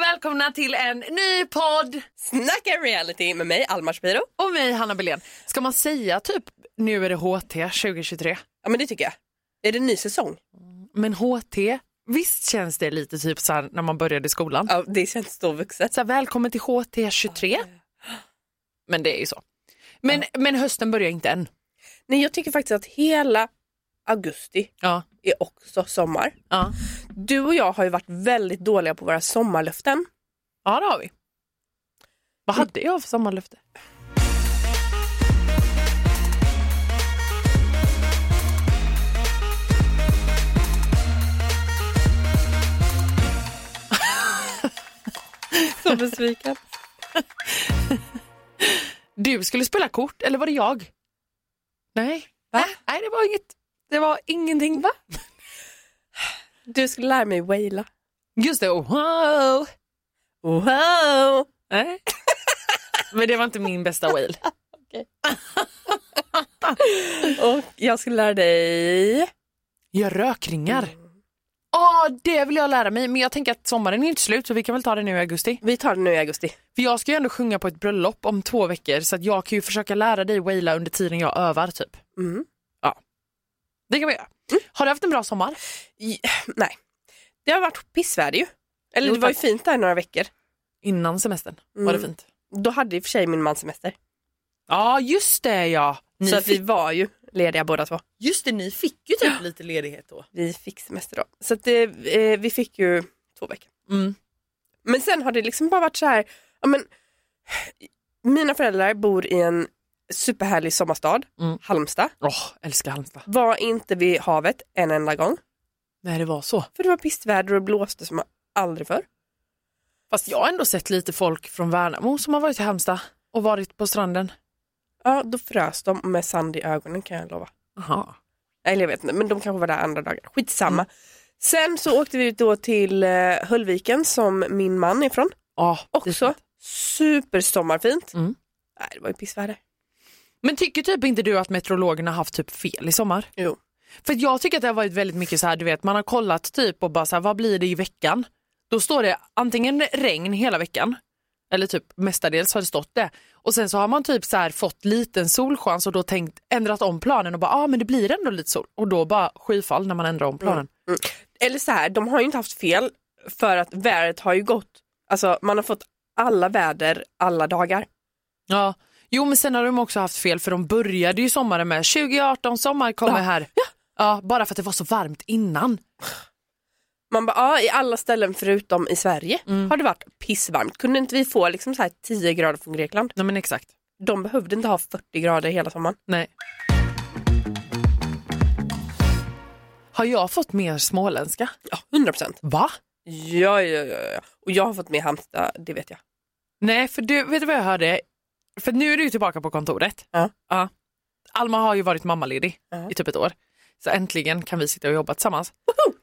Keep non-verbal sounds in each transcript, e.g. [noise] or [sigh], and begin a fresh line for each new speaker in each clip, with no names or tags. välkomna till en ny podd!
Snacka reality med mig, Alma Shapiro.
Och mig, Hanna Belén. Ska man säga typ nu är det HT 2023?
Ja men det tycker jag. Är det en ny säsong?
Men HT, visst känns det lite typ så här när man började skolan?
Ja, det känns så vuxet.
Så här, välkommen till HT 23. Men det är ju så. Men, men hösten börjar inte än.
Nej jag tycker faktiskt att hela augusti
Ja.
är också sommar.
Ja,
Du och jag har ju varit väldigt dåliga på våra sommarlöften.
ja det har vi. Vad hade jag för sommarlöfte?
Så besviken.
Du skulle spela kort, eller var det jag? Nej.
Va?
Nej, det var inget. Det var ingenting. Va?
Du skulle lära mig waila.
Just det, och wow.
Wow!
Nej. Men det var inte min bästa wail.
Och jag skulle lära dig...
Gör rökringar. Mm. Ja, det vill jag lära mig. Men jag tänker att sommaren är inte slut så vi kan väl ta det nu i augusti.
Vi tar det nu i augusti.
För jag ska ju ändå sjunga på ett bröllop om två veckor så att jag kan ju försöka lära dig waila under tiden jag övar typ.
Mm.
Det kan vi göra. Har du haft en bra sommar?
I- Nej, det har varit pissväder ju. Eller
Jo,
det var ju
tack.
fint där några veckor.
Innan semestern var det
Mm.
fint.
Då hade i och för sig min man semester.
Ja, just det ja. Ni
så att vi
fick,
var ju lediga båda två.
just det, ni fick ju typ lite ledighet då.
Vi fick semester då. Så att det, eh, vi fick ju två veckor.
Mm.
Men sen har det liksom bara varit så här, ja men mina föräldrar bor i en superhärlig sommarstad,
Mm.
Halmstad.
Åh, älskar Halmstad.
Var inte vid havet en enda gång.
Nej, det var så.
För det var pissväder och det blåste som aldrig förr.
Fast jag har ändå sett lite folk från Värnamo som har varit i Halmstad och varit på stranden.
Ja, då frös de med sand i ögonen kan jag lova.
Aha.
Eller jag vet inte, men de kanske var där andra dagar. Skitsamma.
Mm.
Sen så åkte vi då till eh, Höllviken som min man är ifrån.
Ja,
Också supersommarfint.
Mm.
Nej, det var ju pissväder.
Men tycker typ inte du att meteorologerna har haft typ fel i sommar?
Jo.
För att jag tycker att det har varit väldigt mycket så här, du vet, man har kollat typ och bara så här, vad blir det i veckan? Då står det antingen regn hela veckan, eller typ mestadels har det stått det. Och sen så har man typ så här fått liten solchans och då tänkt, ändrat om planen och bara, ja ah, men det blir ändå lite sol. Och då bara skyfall när man ändrar om planen.
Eller så här, de har ju inte haft fel för att vädret har ju gått. Alltså man har fått alla väder alla dagar.
Ja. Jo men sen har de också haft fel för de började ju sommaren med 2018 sommar kommer här. Ja. bara för att det var så varmt innan.
Man bara, ja i alla ställen förutom i Sverige har det varit pissvarmt. Kunde inte vi få liksom så här 10 grader från Grekland?
Nej men exakt.
De behövde inte ha 40 grader hela sommaren.
Nej. Har jag fått mer småländska?
Ja, 100 procent.
Va?
Ja, ja, ja, ja. Och jag har fått med Halmstad, det vet jag.
Nej, för du, vet du vad jag hörde? För nu är du ju tillbaka på kontoret.
Ja.
Alma har ju varit mammaledig
Ja.
i typ ett år. Så äntligen kan vi sitta och jobba tillsammans.
Woho!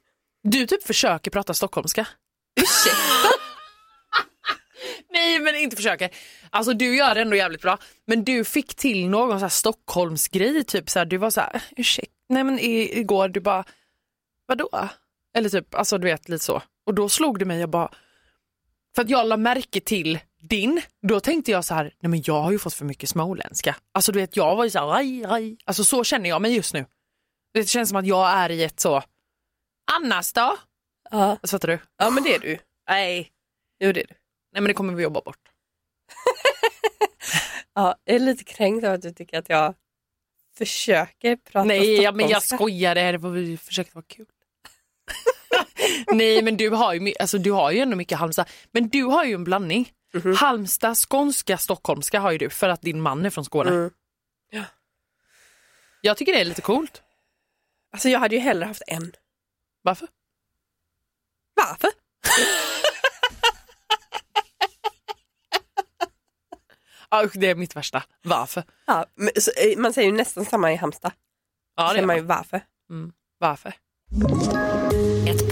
Du typ försöker prata stockholmska. [laughs] Nej, men inte försöker. Alltså du gör det ändå jävligt bra. Men du fick till någon så här Stockholmsgrej, typ så här, du var så här, ursäkta, nej men i, igår du bara, vadå? Eller typ, alltså du vet lite så. Och då slog det mig, jag bara, för att jag la märke till din, då tänkte jag så här, nej men jag har ju fått för mycket småländska. Alltså du vet, jag var ju så här, aj, aj. Alltså så känner jag mig just nu. Det känns som att jag är i ett så, annars då?
Ja,
Alltså, fattar du?
ja men det är du.
Nej.
Jo, det är du.
Nej men det kommer vi jobba bort.
Ja, jag är lite kränkt av att du tycker att jag försöker prata
Nej, ja, men jag
stockholmska.
skojade. Det var vi försökte vara kul. [laughs] Nej, men du har, ju, my- alltså, du har ju ändå mycket Halmstad. Men du har ju en blandning. Halmstad, skånska, stockholmska har ju du för att din man är från Skåne.
Mm.
Jag tycker det är lite coolt.
Alltså jag hade ju hellre haft en.
Varför?
Varför?
Ah, usch, det är mitt värsta. Varför?
Ja, men, så, eh, man säger ju nästan samma i Halmstad.
Ja,
Ja,
det är
man ju
man.
varför.
Varför?
Ett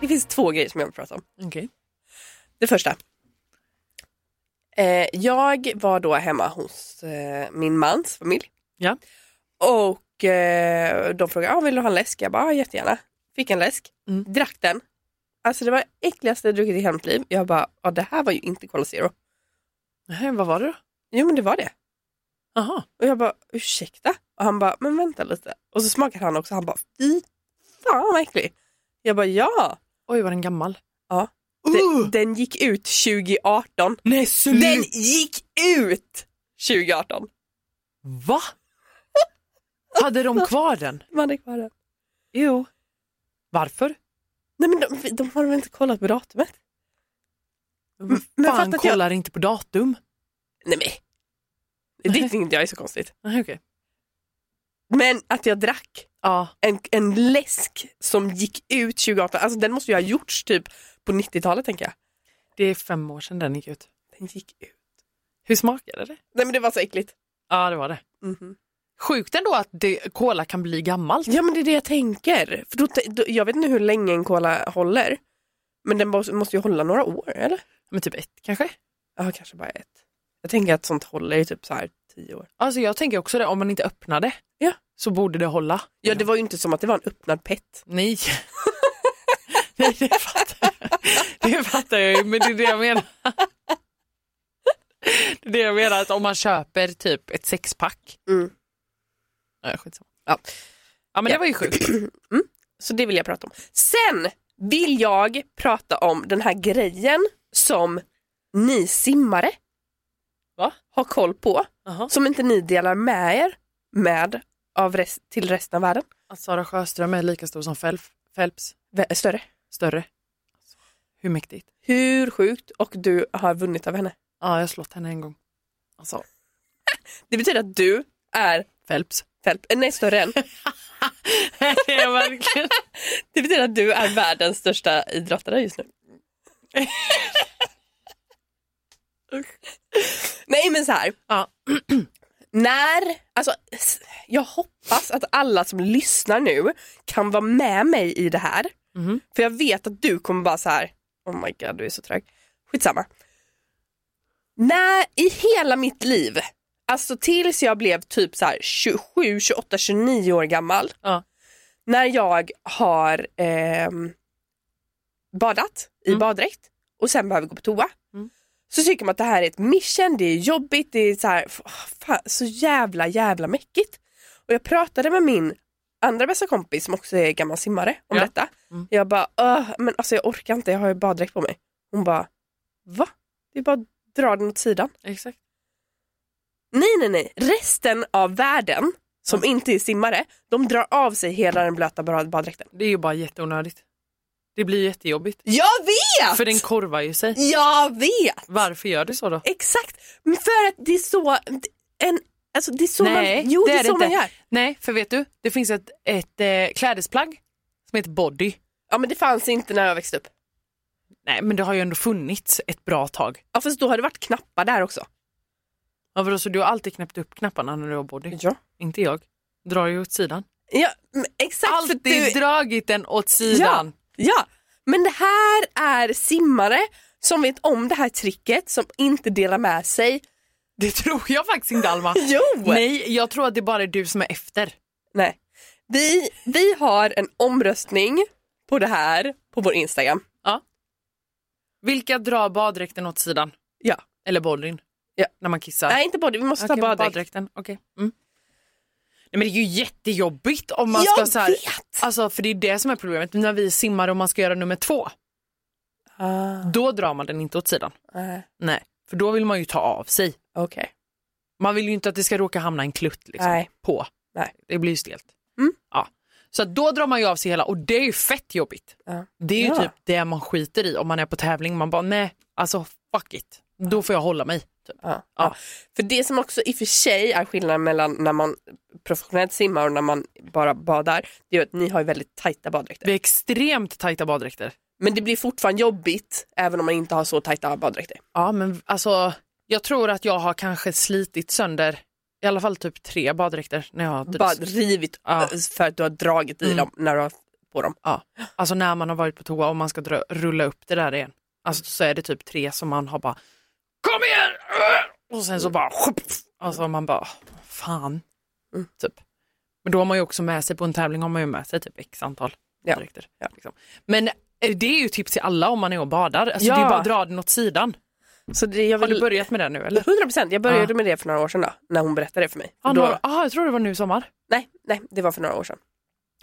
Det finns två grejer som jag vill prata om.
Okej.
Det första. Eh, jag var då hemma hos eh, min mans familj.
Ja.
Och eh, de frågade, ah, vill du ha en läsk? Jag bara, ah, jättegärna. Fick en läsk,
Mm.
drack den. Alltså det var det äckligaste jag druckit i hela mitt liv. Jag bara, ah, det här var ju inte Cola Zero.
Nähä, Vad var det då?
Jo men det var det.
Jaha.
Och jag bara, ursäkta? Och han bara, men vänta lite. Och så smakade han också, han bara, fy fan vad äcklig. Jag bara, ja.
Oj, var den gammal?
Den, den gick ut 2018.
Nej,
Den gick ut 2018.
Va? [laughs] Hade de kvar den?
De hade kvar den.
Jo. Varför?
Nej men de, de har väl inte kollat på datumet?
Men
men
Fan
fatta att jag-
kollar inte på datum.
Nej men. Det tyckte inte jag är så konstigt.
Nej, okej.
Men att jag drack
Ja,
en, en läsk som gick ut 2018, alltså den måste ju ha gjorts typ på 90-talet tänker jag.
det är fem år sedan den gick ut.
Den gick ut.
Hur smakade det?
Nej men det var så äckligt.
Ja, det var det.
Mhm.
Sjukt ändå att det, cola kan bli gammalt.
Ja men det är det jag tänker. För då, t- då, jag vet inte hur länge en cola håller. Men den måste måste ju hålla några år eller?
Men typ ett kanske?
Ja kanske bara ett. Jag tänker att sånt håller i typ så här 10 år.
Alltså jag tänker också det, om man inte öppnar det
Ja.
så borde det hålla.
Ja det var ju inte som att det var en öppnad pett.
Nej. [laughs] Nej, det fattar jag. Det fattar jag ju, men det är det jag menar. Det är det jag menar, att om man köper typ ett sexpack.
Mm.
Ja, skitsamma. Ja. ja, men det
Ja.
var ju sjukt.
Så det vill jag prata om. Sen vill jag prata om den här grejen som ni simmare
Va?
har koll på.
Jaha.
Som inte ni delar med er med av rest, till resten av världen.
[clears throat] Att Sara Sjöström är lika stor som Phelps, Phelps
Vä- Större.
större. Hur mäktigt?
Hur sjukt och du har vunnit av henne.
Ja, jag har slått henne en gång. Alltså,
Det betyder att du är
[laughs] Phelps.
Fält, eh, nej större än.
Det är verkligen...
Det betyder att du är världens största idrottare just nu. nej men så här.
[laughs] Ja.
När, alltså s- jag hoppas att alla som lyssnar nu kan vara med mig i det här.
Mhm.
För jag vet att du kommer bara så här, oh my god du är så trög. Skitsamma. När i hela mitt liv, alltså tills jag blev typ så här 27, 28, 29 år gammal.
Ja.
När jag har ehm, badat i
Mm.
baddräkt och sen behöver gå på toa.
Mm.
Så tycker man att det här är ett mission, det är jobbigt, det är så, här, f- ah, fan, så jävla jävla mäckigt. Och jag pratade med min andra bästa kompis som också är gammal simmare om
Ja.
detta.
Mm.
Jag bara, "Åh, men alltså jag orkar inte, jag har ju baddräkt på mig. Hon bara, va? Det är bara att dra den åt sidan.
Exakt.
Nej, nej, nej. Resten av världen som inte är simmare, de drar av sig hela den blöta bad- baddräkten.
Det är ju bara jätteonödigt. Det blir ju jättejobbigt.
Jag vet!
För den korvar ju sig.
Jag vet!
Varför gör du så då?
Exakt! Men För att det är så... En, alltså det är så
Nej,
man, jo,
det
det är
är det
så man
inte.
gör.
Nej, för vet du, det finns ett, ett eh, klädesplagg som heter body.
Ja, men det fanns inte när jag växte upp.
Nej, men det har ju ändå funnits ett bra tag.
Ja, fast då har det varit knappar där också.
Ja, vadå, så du har alltid knäppt upp knapparna när du har body?
Ja.
Inte jag. Drar ju åt sidan.
ja men exakt. för
Alltid
att du,
dragit den åt sidan.
Ja, men det här är simmare som vet om det här tricket som inte delar med sig.
Det tror jag faktiskt inte [laughs] Alma.
Jo! Nej.
Nej, jag tror att det bara är du som är efter.
Nej. Vi, vi har en omröstning på det här på vår Instagram.
Vilka drar baddräkten åt sidan?
Ja.
Eller bodyn?
Ja.
När man kissar?
Nej, inte både. Vi måste
Okej,
ta baddräkt.
baddräkten. Okej. Mm. Nej, men det är ju jättejobbigt om man ska
Jag
så här,
vet!
Alltså för det är det som är problemet. När vi simmar och man ska göra nummer två,
Ah,
då drar man den inte åt sidan.
nej.
Nej, för då vill man ju ta av sig.
Okej.
Man vill ju inte att det ska råka hamna en klutt liksom,
Nej.
på.
Nej.
Det blir ju stelt.
Mm.
Ja. Så att då drar man ju av sig hela och det är ju fett jobbigt.
Ja.
Det är ju
Ja.
typ det man skiter i om man är på tävling. Man bara nej, alltså fuck it. Då får jag hålla mig. Typ.
Ja.
Ja.
För det som också i och för sig är skillnaden mellan när man professionellt simmar och när man bara badar, det är ju att ni har ju väldigt tajta baddräkter.
Det är extremt tajta baddräkter.
Men det blir fortfarande jobbigt även om man inte har så tajta baddräkter.
Ja, men alltså, jag tror att jag har kanske slitit sönder i alla fall typ tre baddräkter när jag har
Bara
typ,
rivit eh,
Ja.
för att du har dragit i
Mm.
dem när du har haft på dem.
ja, alltså när man har varit på toa och man ska dra, rulla upp det där igen. Alltså så är det typ tre som man har bara kom igen! Och sen
Mm.
så bara alltså man bara fan.
Mm.
Typ. Men då har man ju också med sig på en tävling har man ju med sig typ x antal
Ja.
baddräkter.
Ja.
Liksom. Men eh, det är ju tips till alla om man är och badar. Alltså
Ja.
det är bara att dra den åt sidan.
Så det, jag
Har
vill...
du börjat med det nu eller?
100 procent, jag började
Ja.
med det för några år sedan då, när hon berättade det för mig.
Ja,
Då-
några- ah, jag tror det var nu i sommar.
Nej, nej, det var för några år sedan.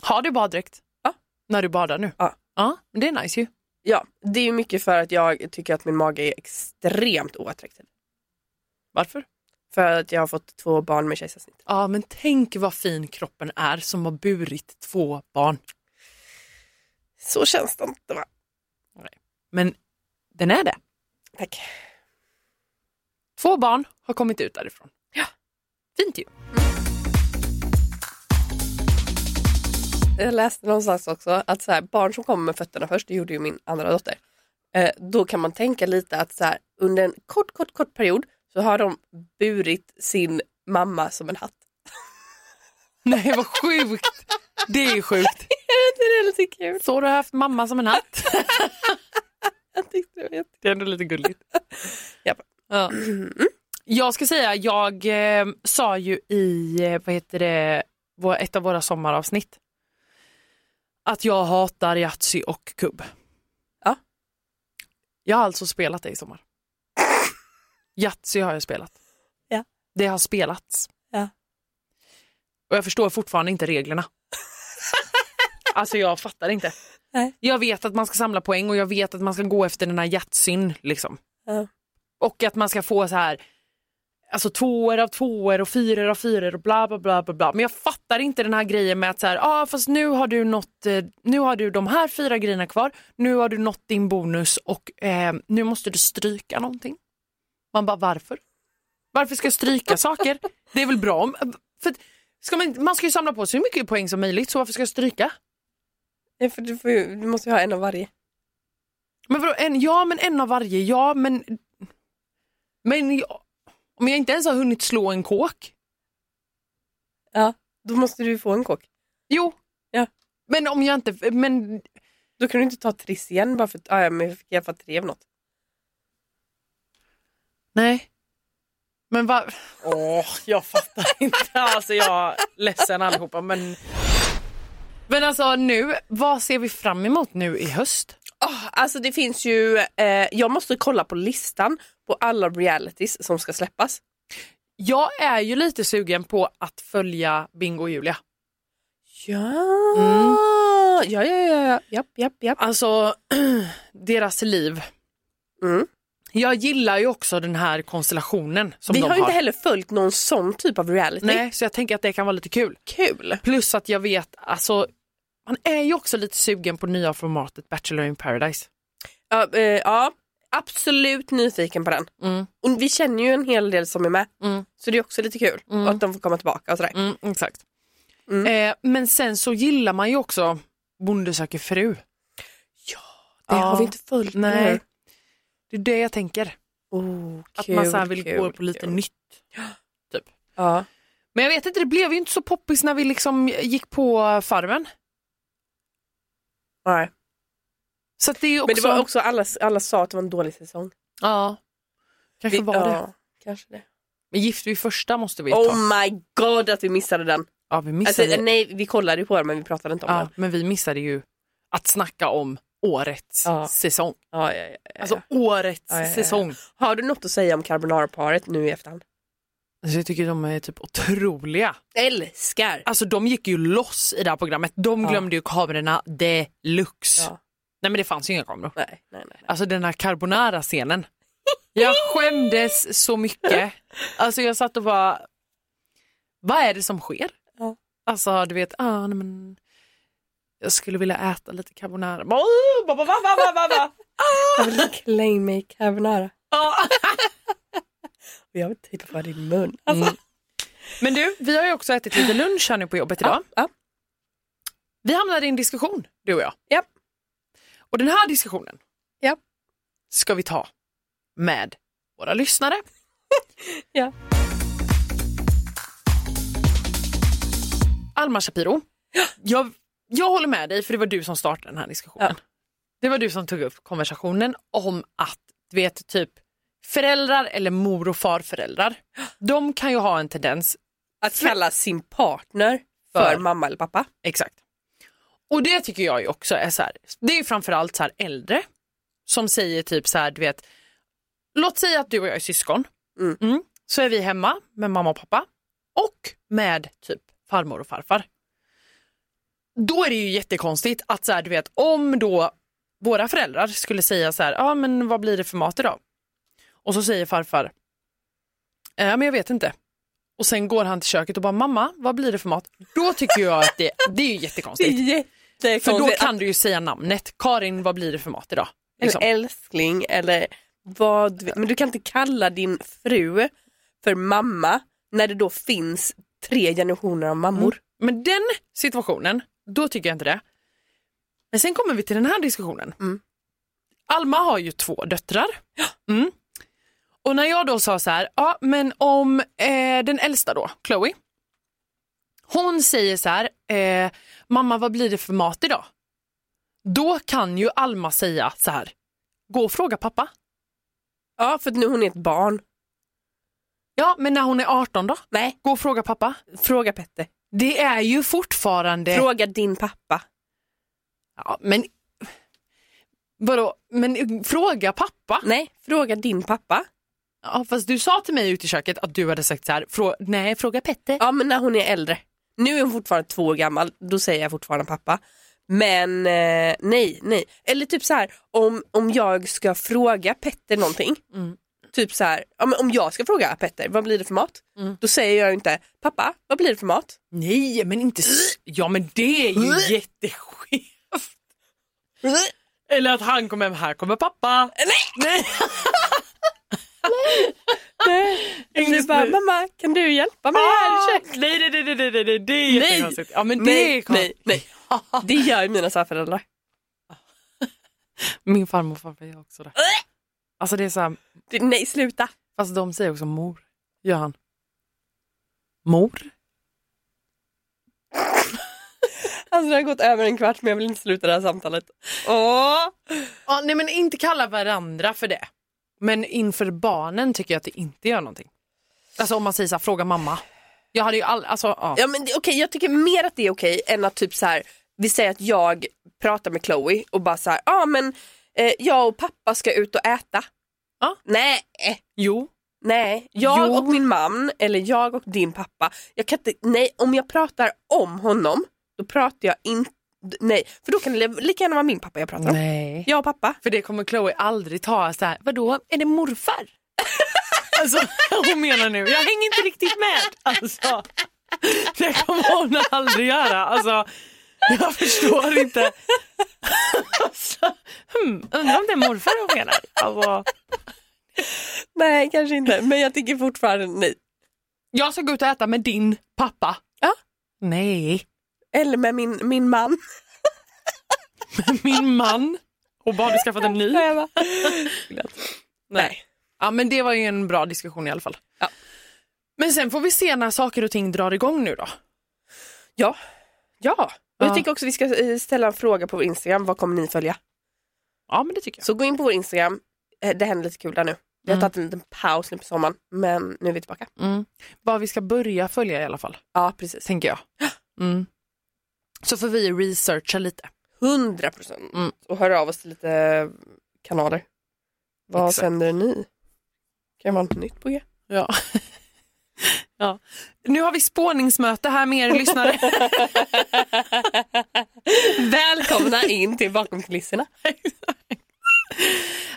Har du baddräkt?
Ja.
När du badar nu?
Ja.
Ja, men det är nice ju.
Ja, det är ju mycket för att jag tycker att min mage är extremt oattraktiv.
Varför?
För att jag har fått två barn med kejsarsnitt.
Ja, men tänk vad fin kroppen är som har burit två barn.
Så känns det inte va?
Men den är det.
Tack.
Två barn har kommit ut därifrån. Ja. Fint ju.
Jag läste någonstans också att så här, barn som kommer med fötterna först, det gjorde ju min andra dotter. Eh, då kan man tänka lite att så här, under en kort, kort, kort period så har de burit sin mamma som en hatt.
Nej, vad sjukt. Det är sjukt.
Är inte det lite kul?
[laughs] Så du har haft mamma som en hatt.
Jag tyckte det var jätte-
Det är ändå lite gulligt.
Japp.
[laughs] Ja. Mm. Jag ska säga, jag eh, sa ju i eh, vad heter det, vår, ett av våra sommaravsnitt att jag hatar Yatzy och kubb.
Ja.
Jag har alltså spelat det i sommar. Yatzy har jag spelat.
Ja.
Det har spelats.
Ja.
Och jag förstår fortfarande inte reglerna. [laughs] alltså jag fattar inte.
Nej.
Jag vet att man ska samla poäng och jag vet att man ska gå efter den här Yatzyn liksom.
Ja.
Och att man ska få så här alltså tvåor av tvåor och fyror av fyror och bla bla bla bla bla. Men jag fattar inte den här grejen med att så här, ah, fast nu har du nått, eh, nu har du de här fyra grejerna kvar, nu har du nått din bonus och eh, nu måste du stryka någonting. Man bara varför? Varför ska jag stryka saker? Det är väl bra om, för att, ska man, man ska ju samla på sig hur mycket poäng som möjligt så varför ska jag stryka?
Ja, för du, får ju, du måste ju ha en av varje.
Men vadå, en, ja men en av varje, ja men... Men jag, om jag inte ens har hunnit slå en kåk.
Ja. Då måste du ju få en kock.
Jo.
Ja.
Men om jag inte, men
Då kan du inte ta Triss igen bara för att ah, ja, men jag fick i alla fall tre av något.
nej. Men vad... Åh, jag fattar [laughs] inte. Alltså jag är ledsen allihopa men... Men alltså nu, vad ser vi fram emot nu i höst?
Ah, alltså det finns ju, eh, jag måste kolla på listan på alla realities som ska släppas.
Jag är ju lite sugen på att följa Bingo och Julia.
Ja, ja, ja, ja, Mm. ja, japp, japp, japp.
Alltså, [clears throat] deras liv.
Mm.
Jag gillar ju också den här konstellationen som
Vi
de
har ju
har.
inte heller följt någon sån typ av reality.
Nej, så jag tänker att det kan vara lite kul.
Kul!
Plus att jag vet, alltså, man är ju också lite sugen på nya formatet Bachelor in paradise.
Ja, eh, ja, absolut nyfiken på den.
Mm.
Och vi känner ju en hel del som är med,
Mm.
så det är också lite kul
Mm.
och att de får komma tillbaka och sådär.
Mm, exakt. Eh, men sen så gillar man ju också Bonde söker fru.
Det
Ja.
har vi inte följt.
Nej. Det är det jag tänker.
Oh,
Att
kul,
man så här vill
kul,
gå på lite
kul.
nytt.
Ja.
Men jag vet inte, det blev ju inte så poppis när vi liksom gick på Farmen.
Nej.
Så att det är ju också...
Men det var också, alla, alla sa att det var en dålig säsong.
Ja. Kanske var det.
Ja, kanske det.
Men Gift vid första måste vi ta.
Oh my god att vi missade den.
Ja, vi
Alltså,
missade
nej, vi kollade ju på den men vi pratade inte om
Ja,
den.
men vi missade ju att snacka om årets
Ja.
säsong.
Ja, ja, ja, ja.
Alltså årets
Ja, ja, ja.
säsong.
har du något att säga om carbonara-paret nu i efterhand?
Alltså, jag tycker de är typ otroliga.
Älskar!
Alltså de gick ju loss i det här programmet. De
Ja.
glömde ju kamerorna deluxe.
Ja.
Nej men det fanns ju inga kameror.
Nej, nej, nej.
Alltså den här carbonara-scenen. Jag skämdes så mycket. Alltså jag satt och bara, vad är det som sker?
Ja.
Alltså du vet, ah, nej, men jag skulle vilja äta lite carbonara. Bara, "Åh, ba, ba, ba,
[laughs]
ba, ba, ba, ba."
Jag vill claim mig carbonara.
Ja.
Och jag vill titta på din mun. Alltså,
Men du, vi har ju också ätit lite lunch här nu på jobbet idag.
ja.
Vi hamnade i en diskussion, du och jag.
Ja.
Och den här diskussionen
Ja.
ska vi ta med våra lyssnare.
[laughs] Ja.
Alma Shapiro, jag, jag håller med dig för det var du som startade den här diskussionen.
Ja.
Det var du som tog upp konversationen om att, du vet, typ föräldrar eller mor och farföräldrar, de kan ju ha en tendens
Att kalla sin partner för,
För.
mamma eller pappa.
Exakt. Och det tycker jag ju också är så här, det är ju framförallt så här äldre som säger typ så här, du vet, låt säga att du och jag är syskon.
Mm.
så är vi hemma med mamma och pappa och med typ farmor och farfar. Då är det ju jättekonstigt att så här, du vet, om då våra föräldrar skulle säga så här, ja ah, men vad blir det för mat idag? Och så säger farfar, ja men jag vet inte. Och sen går han till köket och bara mamma, vad blir det för mat? Då tycker jag att det, det är ju jättekonstigt.
Typ. Jättekonstigt.
För då
Att-
kan du ju säga namnet. Karin, vad blir det för mat idag? Liksom.
Eller älskling eller vad du vill. Men du kan inte kalla din fru för mamma när det då finns tre generationer av mammor.
Men den situationen, då tycker jag inte det. Men sen kommer vi till den här diskussionen.
Mm.
Alma har ju två döttrar. Mm. Och när jag då sa så här, ja men om eh, den äldsta då, Chloe. Hon säger så här, eh, mamma vad blir det för mat idag? Då kan ju Alma säga så här, gå och fråga pappa.
Ja, för att nu hon är ett barn.
Ja men när hon är 18 då,
Nej,
gå och fråga pappa.
fråga Petter.
Det är ju fortfarande
Fråga din pappa.
Ja, men vadå, men fråga pappa.
Nej, fråga din pappa.
Ja, fast du sa till mig ute i köket att du hade sagt så här, frå, nej fråga Petter.
Ja, men när hon är äldre. Nu är hon fortfarande två år gammal, då säger jag fortfarande pappa. Men eh, nej, nej. Eller typ så här, om, om jag ska fråga Petter någonting.
Mm.
Typ så här, ja, men om jag ska fråga Petter, vad blir det för mat?
Mm.
Då säger jag ju inte, pappa, vad blir det för mat?
Nej, men inte s- Ja, men det är [laughs] ju jätteskevt. Eller att han kommer hem, här kommer pappa. Nej!
Du bara, mamma kan du hjälpa mig här i
Ah,
köket?
nej, nej, nej, nej, nej, nej, nej, det är jättekonstigt. Ja, men det är
Nej, nej,
konstigt.
nej. Det gör ju mina svärföräldrar.
Min farmor och farfar gör också det. Alltså det är så här,
Det- Nej, sluta.
Fast de säger också mor. Gör han. Mor?
Alltså det har gått över en kvart men jag vill inte sluta det här samtalet. Åh.
Ja, nej men inte kalla varandra för det. Men inför barnen tycker jag att det inte gör någonting. Alltså om man säger så här, fråga mamma. Jag hade ju all, alltså ja.
Ja, men det- okej, jag tycker mer att det är okej än att typ så här, vi säger att jag pratar med Chloe och bara så här, ja ah, men eh, jag och pappa ska ut och äta.
Ja.
Nej,
Jo.
nej, jag
Jo.
och min man eller jag och din pappa. Jag kan inte, nej, om jag pratar om honom då pratar jag inte, nej, för då kan det li- lika gärna vara min pappa jag pratar om.
Nej.
Jag och pappa.
För det kommer Chloe aldrig ta så här, vadå, är det morfar? [laughs] alltså hon menar nu, jag hänger inte riktigt med. Alltså, det kommer hon aldrig göra. Alltså, jag förstår inte. [laughs] alltså, hmm, undrar om det är morfar hon menar. Alltså,
Nej, kanske inte, men jag tycker fortfarande nej.
jag ska gå ut och äta med din pappa.
Ja.
Nej. [laughs]
Eller med min, min man.
Min man. Och bara du skaffat en [laughs] ny.
Nej. jag bara- nej.
Ja men det var ju en bra diskussion i alla fall.
Ja.
Men sen får vi se när saker och ting drar igång nu då.
Ja. Ja. Och
Ja.
jag tycker också vi ska eh, ställa en fråga på vår Instagram. Vad kommer ni följa?
Ja men det tycker
Så gå in på vår Instagram. Eh, Det händer lite kul där nu. Vi har
Mm.
tagit en liten paus nu på sommaren, men nu är vi tillbaka.
Mm. Vad vi ska börja följa i alla fall,
Ja, precis.
tänker jag. Mm. Så får vi researcha lite.
100 procent.
Mm.
Och höra av oss till lite eh, kanaler. Vad
Exakt.
sänder ni? Kan vara något nytt på er?
Ja. [laughs] ja. Nu har vi spåningsmöte här med er [laughs] lyssnare.
Välkomna in till Bakom kulisserna.